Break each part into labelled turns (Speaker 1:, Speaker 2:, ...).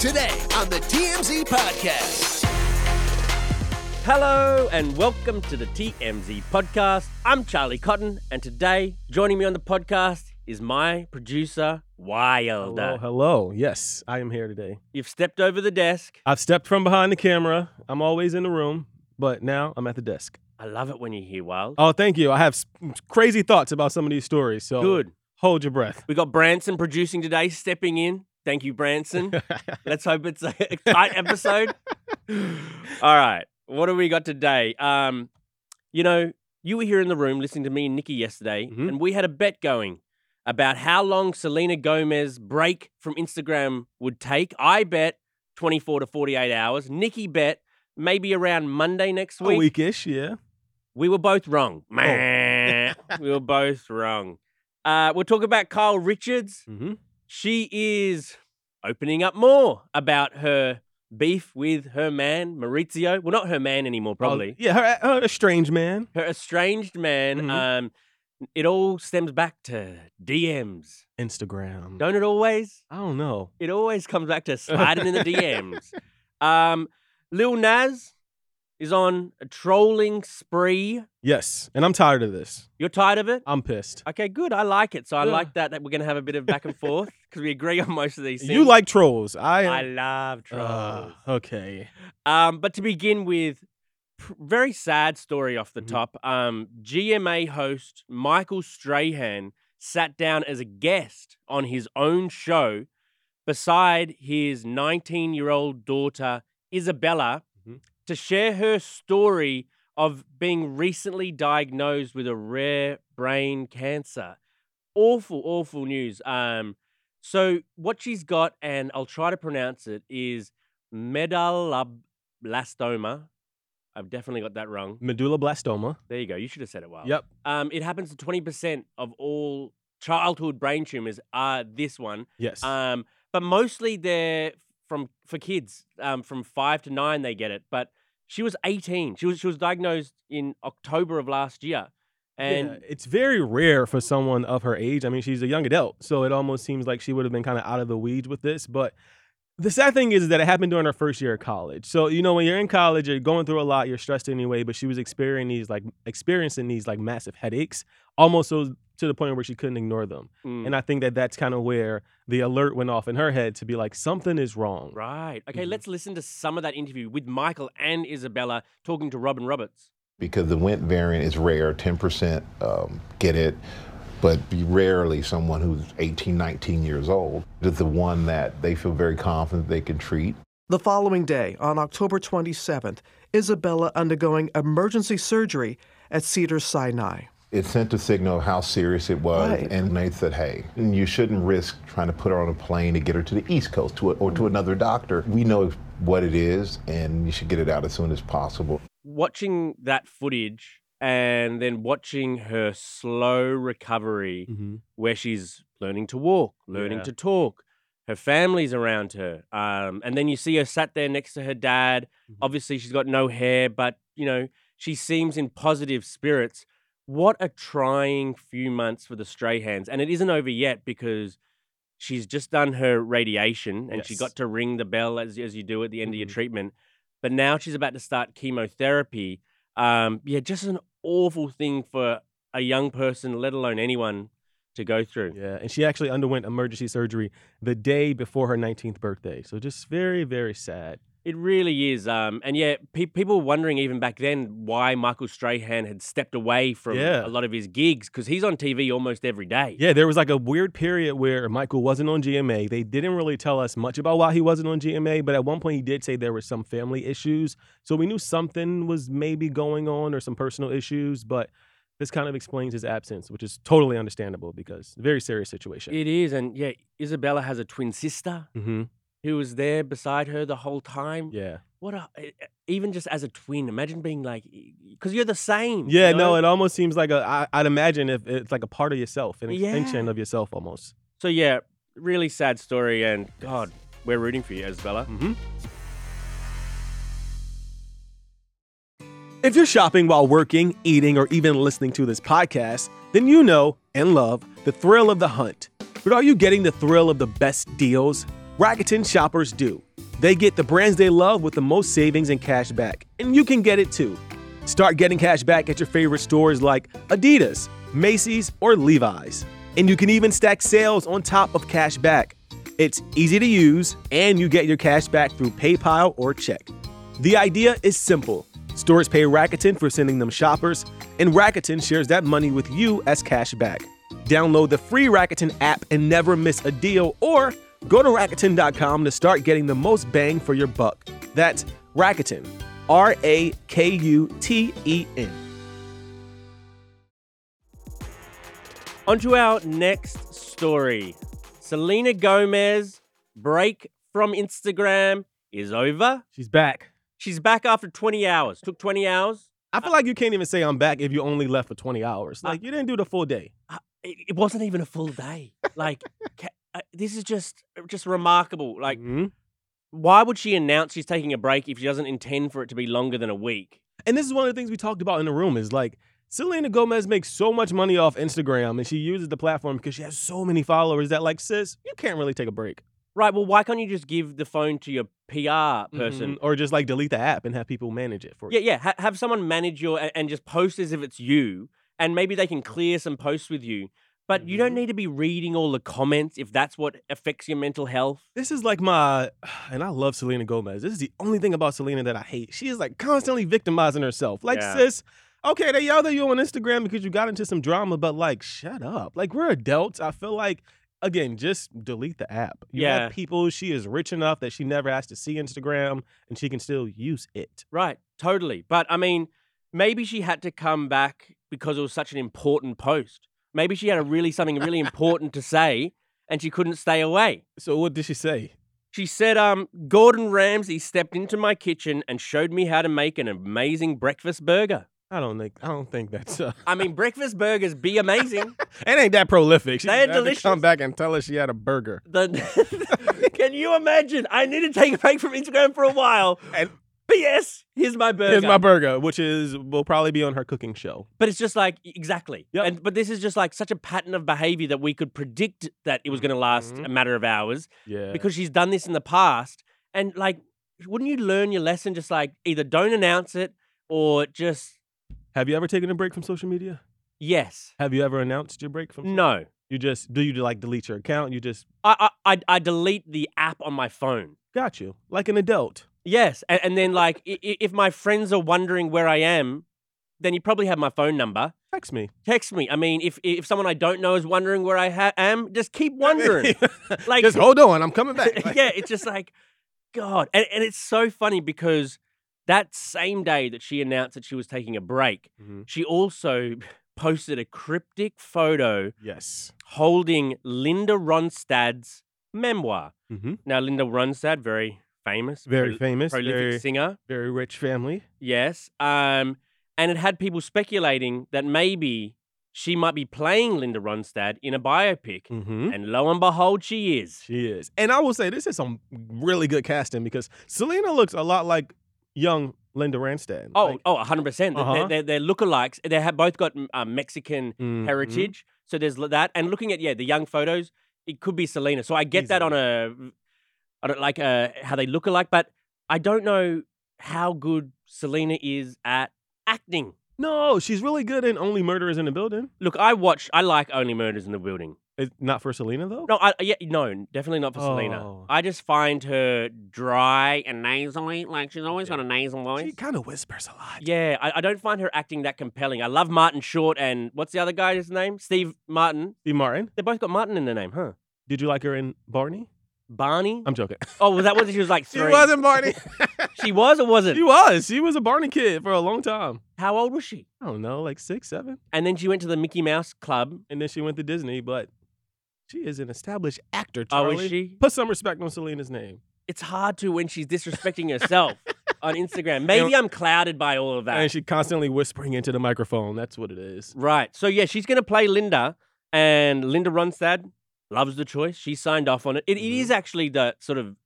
Speaker 1: today on the TMZ Podcast.
Speaker 2: Hello and welcome to the TMZ podcast. I'm Charlie Cotton, and today joining me on the podcast is my producer, Wilder.
Speaker 3: Hello, hello. Yes, I am here today.
Speaker 2: You've stepped over the desk.
Speaker 3: I've stepped from behind the camera. I'm always in the room, but now I'm at the desk.
Speaker 2: I love it when you're here, Wild.
Speaker 3: Oh, thank you. I have s- crazy thoughts about some of these stories. So
Speaker 2: Good.
Speaker 3: hold your breath.
Speaker 2: We got Branson producing today, stepping in. Thank you, Branson. Let's hope it's a tight episode. All right. What do we got today? Um, you know, you were here in the room listening to me and Nikki yesterday,
Speaker 3: Mhm.
Speaker 2: and we had a bet going about how long Selena Gomez break from Instagram would take. I bet 24 to 48 hours. Nikki bet maybe around Monday next
Speaker 3: A
Speaker 2: week.
Speaker 3: weekish, yeah.
Speaker 2: We were both wrong. Meh. we were both wrong. Uh, we'll talk about Kyle Richards
Speaker 3: Mm-hmm.
Speaker 2: she is opening up more about her beef with her man Maurizio. Well, not her man
Speaker 3: Oh.
Speaker 2: anymore, probably
Speaker 3: yeah, her, uh, her estranged man.
Speaker 2: her estranged man.
Speaker 3: Mhm.
Speaker 2: Um, it all stems back to DMs,
Speaker 3: Instagram.
Speaker 2: don't it? Always,
Speaker 3: I don't know.
Speaker 2: it always comes back to sliding in the DMs. Um, Lil Nas is on a trolling spree.
Speaker 3: Yes, and I'm tired of this.
Speaker 2: You're tired of it?
Speaker 3: I'm pissed.
Speaker 2: Okay, good. I like it. So I
Speaker 3: Yeah.
Speaker 2: like that that we're gonna have a bit of back and forth because we agree on most of these things.
Speaker 3: You like trolls. I,
Speaker 2: I love trolls.
Speaker 3: Uh, okay.
Speaker 2: Um, but to begin with, pr- very sad story off the
Speaker 3: Mhm.
Speaker 2: top. Um, GMA host Michael Strahan sat down as a guest on his own show beside his 19 year old daughter, Isabella,
Speaker 3: Mhm.
Speaker 2: to share her story of being recently diagnosed with a rare brain cancer. Awful, awful news. Um, so, what she's got, and I'll try to pronounce it, is medulloblastoma. I've definitely got that wrong.
Speaker 3: Medulla blastoma.
Speaker 2: There you go. You should have said it well.
Speaker 3: Yep.
Speaker 2: Um, it happens to 20% of all childhood brain tumors are this one.
Speaker 3: Yes.
Speaker 2: Um, but mostly they're from for kids um, from 5 to 9 they get it, but she was 18. She was she was diagnosed in October of last year.
Speaker 3: Yeah,
Speaker 2: And
Speaker 3: it's very rare for someone of her age. I mean, she's a young adult, so it almost seems like she would have been kind of out of the weeds with this. But the sad thing is that it happened during her first year of college. So you know, when you're in college, you're going through a lot, you're stressed anyway. But she was experiencing these like experiencing these like massive headaches, almost so to the point where she couldn't ignore them.
Speaker 2: Mm,
Speaker 3: And I think that that's kind of where the alert went off in her head to be like something is wrong.
Speaker 2: right. Okay,
Speaker 3: Mhm.
Speaker 2: let's listen to some of that interview with Michael and Isabella talking to Robin Roberts.
Speaker 4: because the Wnt variant is rare. 10% um, get it, but rarely someone who's 18, 19 years old. It's the one that they feel very confident they can treat.
Speaker 5: The following day, on October 27th, Isabella undergoing emergency surgery at Cedar Sinai.
Speaker 4: It sent a signal of how serious it was,
Speaker 5: Right.
Speaker 4: and they said, "Hey, you shouldn't risk trying to put her on a plane to get her to the East Coast to a, or to another doctor. We know what it is, and you should get it out as soon as possible."
Speaker 2: watching that footage and then watching her slow recovery
Speaker 3: Mhm.
Speaker 2: where she's learning to walk, learning
Speaker 3: Yeah.
Speaker 2: to talk, her family's around her. Um, and then you see her sat there next to her dad.
Speaker 3: Mhm.
Speaker 2: Obviously, she's got no hair, but you know, she seems in positive spirits. What a trying few months for the Strahans. And it isn't over yet because she's just done her radiation and she
Speaker 3: Yes.
Speaker 2: got to ring the bell as, as you do at the end of your
Speaker 3: Mhm.
Speaker 2: treatment. But now she's about to start chemotherapy. Um, yeah, just an awful thing for a young person, let alone anyone, to go through.
Speaker 3: Yeah, and she actually underwent emergency surgery the day before her 19th birthday. So just very, very sad.
Speaker 2: It really is. Um, and yeah, pe- people were wondering even back then why Michael Strahan had stepped away from a
Speaker 3: Yeah.
Speaker 2: lot of his gigs because he's on TV almost every day.
Speaker 3: Yeah, there was like a weird period where Michael wasn't on GMA. They didn't really tell us much about why he wasn't on GMA, but at one point he did say there were some family issues. So we knew something was maybe going on or some personal issues, but this kind of explains his absence, which is totally understandable because very serious situation.
Speaker 2: It is. And yeah, Isabella has a twin sister
Speaker 3: mm-hmm.
Speaker 2: who was there beside her the whole time.
Speaker 3: Yeah.
Speaker 2: What a, e- e- even just as a twin, imagine being like, because you're the same.
Speaker 3: Yeah,
Speaker 2: you know?
Speaker 3: no, it almost seems like a, I, I'd imagine if it's like a part of yourself, an extension
Speaker 2: Yeah.
Speaker 3: of yourself almost.
Speaker 2: So yeah, really sad story. And God, we're rooting for you, Isabella.
Speaker 3: Mm-hmm. If you're shopping while working, eating, or even listening to this podcast, then you know and love the thrill of the hunt. But are you getting the thrill of the best deals? Rakuten shoppers do. They get the brands they love with the most savings and cash back, and you can get it too. Start getting cash back at your favorite stores like Adidas, Macy's, or Levi's. And you can even stack sales on top of cash back. It's easy to use, and you get your cash back through PayPal or check. The idea is simple stores pay Rakuten for sending them shoppers, and Rakuten shares that money with you as cash back. Download the free Rakuten app and never miss a deal, or go to Rakuten.com to start getting the most bang for your buck. That's Rakuten, R A K U T E N.
Speaker 2: On to our next story. Selena Gomez break from Instagram is over.
Speaker 3: She's back.
Speaker 2: She's back after 20 hours. Took 20 hours.
Speaker 3: I feel like you can't even say I'm back if you only left for 20 hours. Like, you didn't do the full day.
Speaker 2: It, it wasn't even a full day. Like ca- uh, this is just just remarkable. Like
Speaker 3: Mhm.
Speaker 2: why would she announce she's taking a break if she doesn't intend for it to be longer than a week?
Speaker 3: And this is one of the things we talked about in the room is like Selena Gomez makes so much money off Instagram and she uses the platform because she has so many followers that like sis, you can't really take a break.
Speaker 2: Right. Well, why can't you just give the phone to your PR person?
Speaker 3: Mhm. Or just like delete the app and have people manage it for
Speaker 2: Yeah,
Speaker 3: you.
Speaker 2: yeah. Ha- have someone manage your a- and just post as if it's you, and maybe they can clear some posts with you. But you don't
Speaker 3: Mhm.
Speaker 2: need to be reading all the comments if that's what affects your mental health.
Speaker 3: This is like my and I love Selena Gomez. This is the only thing about Selena that I hate. She is like constantly victimizing herself. Like
Speaker 2: Yeah.
Speaker 3: sis, okay, they yelled at you on Instagram because you got into some drama, but like shut up. Like we're adults. I feel like again, just delete the app. You
Speaker 2: Yeah.
Speaker 3: have people, she is rich enough that she never has to see Instagram and she can still use it.
Speaker 2: Right, totally. But I mean, maybe she had to come back because it was such an important post. Maybe she had a really something really important to say, and she couldn't stay away.
Speaker 3: So what did she say?
Speaker 2: She said, um, Gordon Ramsay stepped into my kitchen and showed me how to make an amazing breakfast burger.
Speaker 3: I don't think I don't think that's uh,
Speaker 2: I mean, breakfast burgers be amazing.
Speaker 3: it ain't that prolific. She
Speaker 2: They're
Speaker 3: had to
Speaker 2: delicious.
Speaker 3: come back and tell us she had a burger.
Speaker 2: The, can you imagine? I need to take a break from Instagram for a while.
Speaker 3: And-
Speaker 2: P.S. Here's my burger.
Speaker 3: Here's my burger, which is will probably be on her cooking show.
Speaker 2: but it's just like e, exactly.
Speaker 3: Yep.
Speaker 2: And but this is just like such a pattern of behavior that we could predict that it was going to last
Speaker 3: Mhm.
Speaker 2: a matter of hours
Speaker 3: Yeah.
Speaker 2: because she's done this in the past. And like, wouldn't you learn your lesson? Just like either don't announce it or just
Speaker 3: Have you ever taken a break from social media?
Speaker 2: yes,
Speaker 3: Have you ever announced your break from?
Speaker 2: no.
Speaker 3: You just do you like delete your account? You just
Speaker 2: I I I, I delete the app on my phone.
Speaker 3: got you like an adult.
Speaker 2: Yes, and, and then like i- i- if my friends are wondering where I am, then you probably have my phone number.
Speaker 3: Text me.
Speaker 2: Text me. I mean, if if someone I don't know is wondering where I ha- am, just keep wondering. Like-
Speaker 3: just hold on, I'm coming back. Like,
Speaker 2: yeah, it's just like God, and and it's so funny because that same day that she announced that she was taking a break,
Speaker 3: Mhm.
Speaker 2: she also posted a cryptic photo
Speaker 3: Yes.
Speaker 2: holding Linda Ronstadt's memoir.
Speaker 3: hmm
Speaker 2: Now, Linda Ronstadt, very famous,
Speaker 3: Very
Speaker 2: prol-
Speaker 3: famous,
Speaker 2: prolific
Speaker 3: very
Speaker 2: singer.
Speaker 3: very rich family.
Speaker 2: Yes. Um, and it had people speculating that maybe she might be playing Linda Ronstadt in a biopic.
Speaker 3: Mm-hmm.
Speaker 2: And lo and behold, she is.
Speaker 3: She is. And I will say this is some really good casting because Selena looks a lot like young Linda Ronstadt.
Speaker 2: Oh,
Speaker 3: Like-
Speaker 2: oh, 100%. They're-
Speaker 3: Uh-huh.
Speaker 2: They're, they're, they're lookalikes. They have both got mm, uh, Mexican
Speaker 3: Mhm.
Speaker 2: heritage. So there's l- that. And looking at, yeah, the young photos, it could be Selena. So I get that on a, I don't like uh, how they look alike, but I don't know how good Selena is at acting.
Speaker 3: No, she's really good in Only Murderers in the Building.
Speaker 2: Look, I watch, I like Only Murders in the Building.
Speaker 3: It's not for Selena though.
Speaker 2: No, I, yeah, no, definitely not for Selena.
Speaker 3: Oh.
Speaker 2: I just find her dry and nasally. Like she's always got a nasal
Speaker 3: she
Speaker 2: voice.
Speaker 3: kind of whispers a lot.
Speaker 2: Yeah, I, I don't find her acting that compelling. I love Martin Short and what's the other guy's name? Steve Martin.
Speaker 3: Steve Martin,
Speaker 2: They both got Martin in their name, huh?
Speaker 3: did you like her in Barney?
Speaker 2: Barney.
Speaker 3: I'm joking.
Speaker 2: oh, was that when she was like
Speaker 3: Um, she
Speaker 2: three?
Speaker 3: wasn't Barney.
Speaker 2: She was or wasn't?
Speaker 3: she was. She was a Barney kid for a long time.
Speaker 2: How old was she?
Speaker 3: I don't know, like six, seven.
Speaker 2: And then she went to the Mickey Mouse Club.
Speaker 3: And then she went to Disney, but she is an established actor.
Speaker 2: Oh,
Speaker 3: Charlie.
Speaker 2: is she?
Speaker 3: Put some respect on Selena's name.
Speaker 2: It's hard to when she's disrespecting herself on Instagram. Maybe I'm clouded by all of that.
Speaker 3: And she constantly whispering into the microphone. That's what it is.
Speaker 2: Right. So yeah, she's going to play Linda, and Linda Ronstadt loves the choice. She signed off on it. It, it
Speaker 3: Mm-hmm.
Speaker 2: is actually the sort of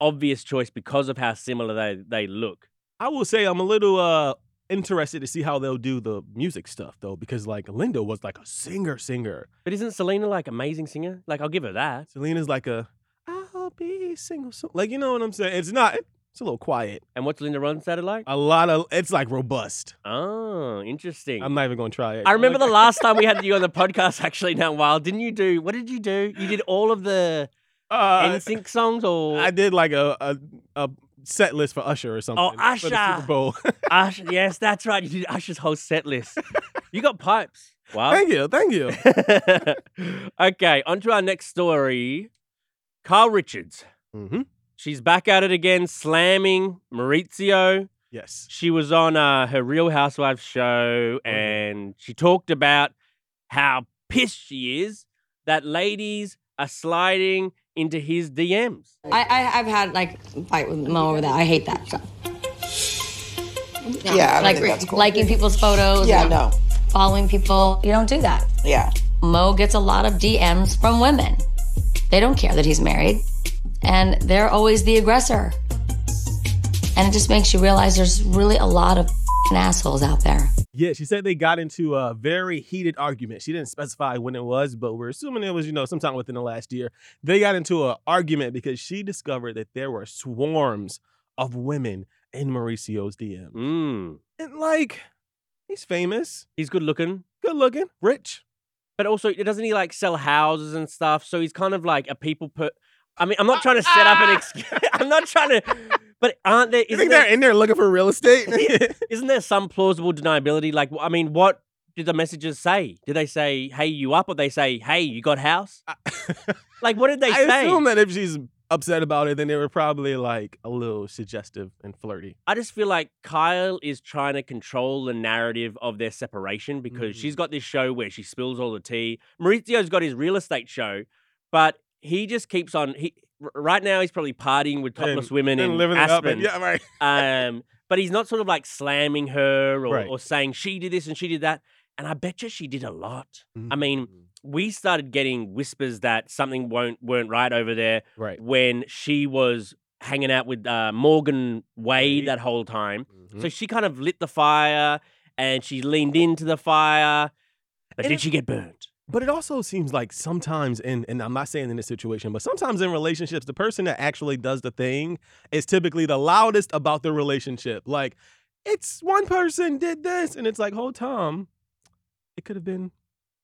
Speaker 2: obvious choice because of how similar they they look.
Speaker 3: I will say I'm a little uh interested to see how they'll do the music stuff though, because like Linda was like a singer singer.
Speaker 2: But isn't Selena like amazing singer? Like I'll give her that.
Speaker 3: Selena's like a I'll be single soon. Like, you know what I'm saying? It's not, it's a little quiet.
Speaker 2: And what's Linda Ronstadt like?
Speaker 3: A lot of, it's like robust.
Speaker 2: Oh, interesting.
Speaker 3: I'm not even going to try it.
Speaker 2: I remember the
Speaker 3: Like-
Speaker 2: last time we had you on the podcast, actually, now, while didn't you do, what did you do? You did all of the
Speaker 3: Uh,
Speaker 2: NSYNC songs or?
Speaker 3: I did like a, a, a set list for Usher or something. For the
Speaker 2: Oh, Usher.
Speaker 3: Super Bowl.
Speaker 2: Usher, yes, that's right. You did Usher's whole set list. You got pipes. Wow.
Speaker 3: thank you. Thank you.
Speaker 2: okay, on to our next story. Carl Richards.
Speaker 3: hmm
Speaker 2: She's back at it again, slamming Maurizio.
Speaker 3: Yes.
Speaker 2: She was on uh, her Real Housewives show
Speaker 3: yeah.
Speaker 2: and she talked about how pissed she is that ladies are sliding into his DMs.
Speaker 6: I, I I've had like a fight with Mo over that. I hate that stuff.
Speaker 7: Yeah, I don't
Speaker 6: like
Speaker 7: think that's cool.
Speaker 6: liking people's photos.
Speaker 7: Yeah,
Speaker 6: and
Speaker 7: no.
Speaker 6: Following people, you don't do that.
Speaker 7: Yeah.
Speaker 6: Mo gets a lot of DMs from women. They don't care that he's married, and they're always the aggressor. And it just makes you realize there's really a lot of assholes out there.
Speaker 3: Yeah, she said they got into a very heated argument. She didn't specify when it was, but we're assuming it was, you know, sometime within the last year. They got into an argument because she discovered that there were swarms of women in Mauricio's DM.
Speaker 2: Mm.
Speaker 3: And like, he's famous,
Speaker 2: He's good looking.
Speaker 3: good looking, rich.
Speaker 2: But also, doesn't he like sell houses and stuff? So he's kind of like a people per. I mean, I'm not trying to set up an excuse. I'm not trying to. But aren't there?
Speaker 3: Ah! You
Speaker 2: isn't
Speaker 3: think
Speaker 2: there-
Speaker 3: they're in there looking for real estate?
Speaker 2: isn't there some plausible deniability? Like, I mean, what did the messages say? Did they say, "Hey, you up?" or they say, "Hey, you got house"? like, what did they
Speaker 3: I
Speaker 2: say?
Speaker 3: assume that if she's upset about it, then they were probably like a little suggestive and flirty.
Speaker 2: I just feel like Kyle is trying to control the narrative of their separation because she's
Speaker 3: Mm.
Speaker 2: got this show where she spills all the tea. Maurizio's got his real estate show, but he just keeps on. He r- right now he's probably partying with topless women
Speaker 3: and
Speaker 2: in
Speaker 3: living it up.
Speaker 2: Aspen.
Speaker 3: And, yeah, right.
Speaker 2: um, but he's not sort of like slamming her or,
Speaker 3: Right.
Speaker 2: or saying she did this and she did that. And I bet you she did a lot. I mean,
Speaker 3: Mhm.
Speaker 2: we started getting whispers that something won't weren't right over there
Speaker 3: right.
Speaker 2: when she was hanging out with uh, Morgan Wade
Speaker 3: Wade.
Speaker 2: that whole time.
Speaker 3: Mhm.
Speaker 2: So she kind of lit the fire and she leaned into the fire. But
Speaker 3: And
Speaker 2: did
Speaker 3: it-
Speaker 2: she get burnt?
Speaker 3: But it also seems like sometimes in and I'm not saying in this situation, but sometimes in relationships, the person that actually does the thing is typically the loudest about the relationship. Like, it's one person did this, and it's like, oh Tom, it could have been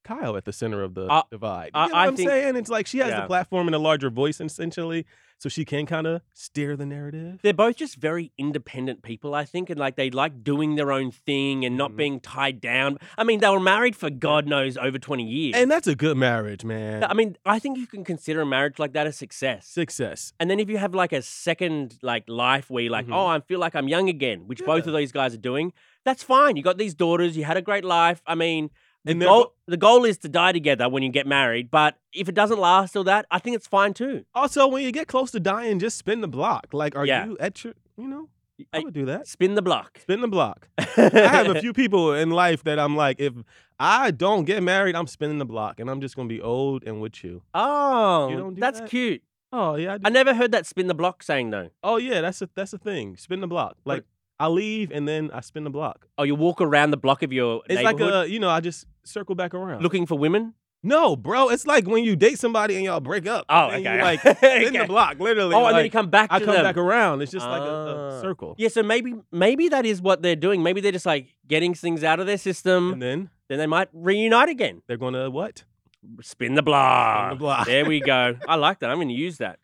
Speaker 3: Kyle at the center of the
Speaker 2: I-
Speaker 3: divide. You
Speaker 2: I-
Speaker 3: know
Speaker 2: I
Speaker 3: what I'm
Speaker 2: think-
Speaker 3: saying? It's like she has
Speaker 2: Yeah.
Speaker 3: the platform and a larger voice essentially, so she can kind of steer the narrative.
Speaker 2: They're both just very independent people, I think, and like they like doing their own thing and not
Speaker 3: Mhm.
Speaker 2: being tied down. I mean, they were married for God knows over 20 years.
Speaker 3: And that's a good marriage, man.
Speaker 2: I mean, I think you can consider a marriage like that a success.
Speaker 3: Success.
Speaker 2: And then if you have like a second like life where you're like,
Speaker 3: Mhm.
Speaker 2: oh, I feel like I'm young again, which both of these guys are doing, that's fine. You got these daughters, you had a great life. I mean,
Speaker 3: And
Speaker 2: the
Speaker 3: they're
Speaker 2: goal,
Speaker 3: bo-
Speaker 2: the goal is to die together when you get married. But if it doesn't last till that, I think it's fine too.
Speaker 3: Also, when you get close to dying, just spin the block. Like, are
Speaker 2: Yeah.
Speaker 3: you at your, you know, I
Speaker 2: I-
Speaker 3: would do that.
Speaker 2: Spin the block.
Speaker 3: Spin the block. I have a few people in life that I'm like, if I don't get married, I'm spinning the block, and I'm just gonna be old and with you.
Speaker 2: Oh,
Speaker 3: don't do
Speaker 2: that's
Speaker 3: that?
Speaker 2: cute.
Speaker 3: Oh yeah, I, do.
Speaker 2: I never heard that spin the block saying though.
Speaker 3: oh yeah, that's a that's a thing. Spin the block.
Speaker 2: What-
Speaker 3: Like I leave and then I spin the block.
Speaker 2: Oh, you walk around the block of your
Speaker 3: It's like
Speaker 2: neighborhood
Speaker 3: a you know I just circle back around.
Speaker 2: looking for women.
Speaker 3: no, bro, it's like when you date somebody and y'all break up.
Speaker 2: Oh,
Speaker 3: and then you,
Speaker 2: okay.
Speaker 3: like
Speaker 2: Okay.
Speaker 3: spin the block, literally.
Speaker 2: oh, and then
Speaker 3: like,
Speaker 2: you come back. To
Speaker 3: I Uh, come
Speaker 2: them.
Speaker 3: back around. It's just like a,
Speaker 2: Ah.
Speaker 3: a circle.
Speaker 2: Yeah, so maybe maybe that is what they're doing. Maybe they're just like getting things out of their system.
Speaker 3: And then
Speaker 2: then they might reunite again.
Speaker 3: they're gonna what?
Speaker 2: Spin the block.
Speaker 3: block.
Speaker 2: There we go. I like that. I'm going to use that.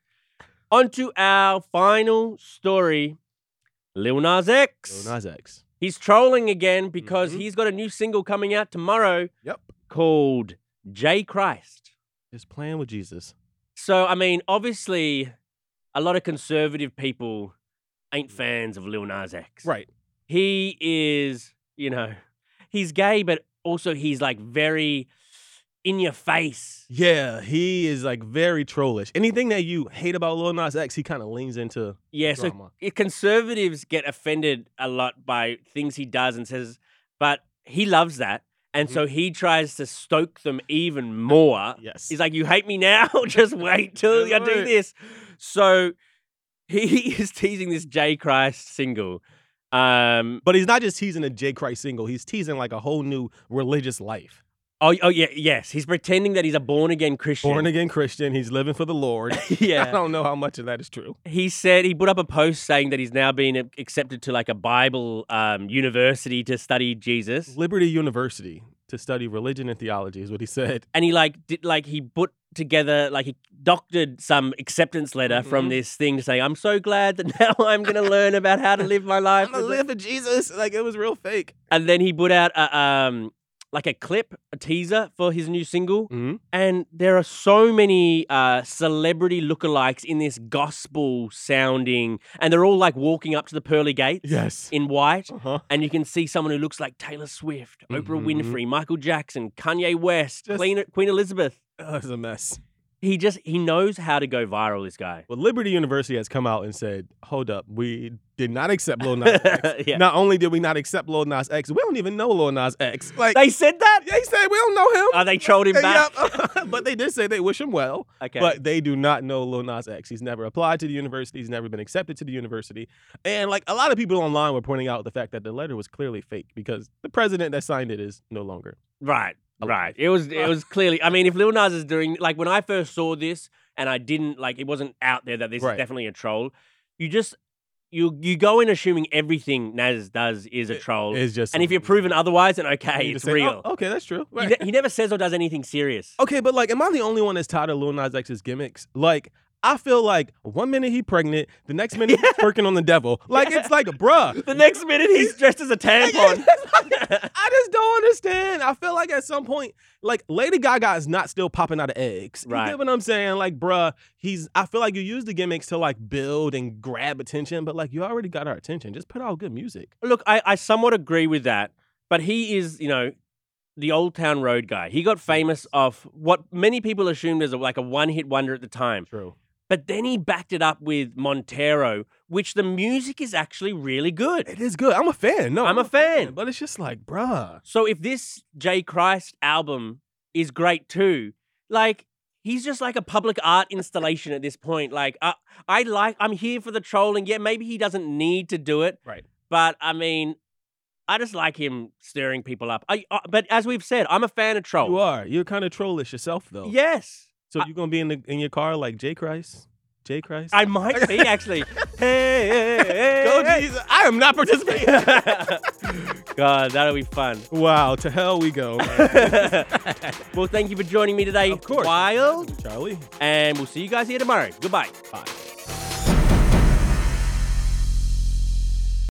Speaker 2: On to our final story. Lil Nas X.
Speaker 3: Lil Nas X.
Speaker 2: He's trolling again because
Speaker 3: Mhm.
Speaker 2: he's got a new single coming out tomorrow
Speaker 3: Yep.
Speaker 2: called J Christ.
Speaker 3: Just playing with Jesus.
Speaker 2: So, I mean, obviously, a lot of conservative people ain't fans of Lil Nas X.
Speaker 3: Right.
Speaker 2: He is, you know, he's gay, but also he's like very in your face.
Speaker 3: Yeah, he is like very trollish. Anything that you hate about Lil Nas X, he kind of leans into.
Speaker 2: Yeah, so
Speaker 3: Drama.
Speaker 2: i- conservatives get offended a lot by things he does and says, but he loves that. And so he tries to stoke them even more.
Speaker 3: Yes.
Speaker 2: He's like, You hate me now? Just wait till
Speaker 3: That's
Speaker 2: I do
Speaker 3: right.
Speaker 2: this. So he is teasing this J Christ single. Um,
Speaker 3: but he's not just teasing a J. Christ single. He's teasing like a whole new religious life.
Speaker 2: Oh, oh yeah, yes. He's pretending that he's a born again Christian.
Speaker 3: Born again Christian. He's living for the Lord. I
Speaker 2: yeah.
Speaker 3: don't know how much of that is true.
Speaker 2: He said he put up a post saying that he's now being a- accepted to like a Bible um, university to study Jesus,
Speaker 3: Liberty University to study religion and theology is what he said.
Speaker 2: and he like did like he put together like he doctored some acceptance letter from
Speaker 3: Mm-hmm.
Speaker 2: this thing saying, "I'm so glad that now I'm going to learn about how to live my life."
Speaker 3: I'm gonna live for Jesus. Like it was real fake.
Speaker 2: And then he put out a um like a clip, a teaser for his new single.
Speaker 3: Mm-hmm.
Speaker 2: And there are so many uh, celebrity lookalikes in this gospel sounding, and they're all like walking up to the pearly gates
Speaker 3: Yes.
Speaker 2: in white.
Speaker 3: Uh-huh.
Speaker 2: And you can see someone who looks like Taylor Swift, Oprah
Speaker 3: Mhm.
Speaker 2: Winfrey, Michael Jackson, Kanye West,
Speaker 3: Just-
Speaker 2: Queen, Queen Elizabeth.
Speaker 3: Oh, it's a mess.
Speaker 2: He just he knows how to go viral. This guy.
Speaker 3: Well, Liberty University has come out and said, "Hold up, we did not accept Lil Nas X.
Speaker 2: Yeah.
Speaker 3: Not only did we not accept Lil Nas X, we don't even know Lil Nas X. Like
Speaker 2: They said that.
Speaker 3: they said, we don't know him.
Speaker 2: Oh, they trolled him back.
Speaker 3: Yup. but they did say they wish him well.
Speaker 2: Okay.
Speaker 3: But they do not know Lil Nas X. He's never applied to the university. He's never been accepted to the university. And like a lot of people online were pointing out the fact that the letter was clearly fake because the president that signed it is no longer.
Speaker 2: Right, right. It was it was clearly. I mean, if Lil Nas is doing like when I first saw this and I didn't like it wasn't out there that this
Speaker 3: Right.
Speaker 2: is definitely a troll. You just you you go in assuming everything Nas does is a troll,
Speaker 3: It's just
Speaker 2: and if you're
Speaker 3: something-
Speaker 2: proven otherwise, then
Speaker 3: you
Speaker 2: okay,
Speaker 3: just
Speaker 2: it's
Speaker 3: say,
Speaker 2: real.
Speaker 3: "Oh, okay, that's true.
Speaker 2: He,
Speaker 3: Right.
Speaker 2: ne- he never says or does anything serious.
Speaker 3: Okay, but like, am I the only one that's tired of Lil Nas X's gimmicks? Like, I feel like one minute he pregnant, the next minute he's working on the devil. Like, it's like, bruh.
Speaker 2: The next minute he's dressed as a tampon.
Speaker 3: I just don't understand. I feel like at some point, like Lady Gaga is not still popping out of eggs. You
Speaker 2: Right.
Speaker 3: get what I'm saying? Like, bruh, he's. I feel like you use the gimmicks to like build and grab attention, but like you already got our attention. Just put out good music.
Speaker 2: Look, I, I somewhat agree with that, but he is, you know, the Old Town Road guy. He got famous off what many people assumed as a, like a one-hit wonder at the time.
Speaker 3: True.
Speaker 2: But then he backed it up with Montero, which the music is actually really good.
Speaker 3: It is good. I'm a fan. No,
Speaker 2: I'm a fan.
Speaker 3: But it's just like, bruh.
Speaker 2: So if this J Christ album is great too, like he's just like a public art installation at this point. Like I, I like I'm here for the trolling. Yeah, maybe he doesn't need to do it.
Speaker 3: Right.
Speaker 2: But I mean, I just like him stirring people up. I, I but as we've said, I'm a fan of troll.
Speaker 3: You are. You're kind of trollish yourself though.
Speaker 2: Yes.
Speaker 3: So you gonna be in the in your car like J Christ? J Christ?
Speaker 2: I might be actually. hey, hey, hey,
Speaker 3: Go
Speaker 2: hey.
Speaker 3: Jesus. I am not participating.
Speaker 2: God, that'll be fun.
Speaker 3: wow, to hell we go.
Speaker 2: well, thank you for joining me today,
Speaker 3: Of course.
Speaker 2: Wild,
Speaker 3: Charlie.
Speaker 2: and we'll see you guys here tomorrow. Goodbye.
Speaker 3: Bye.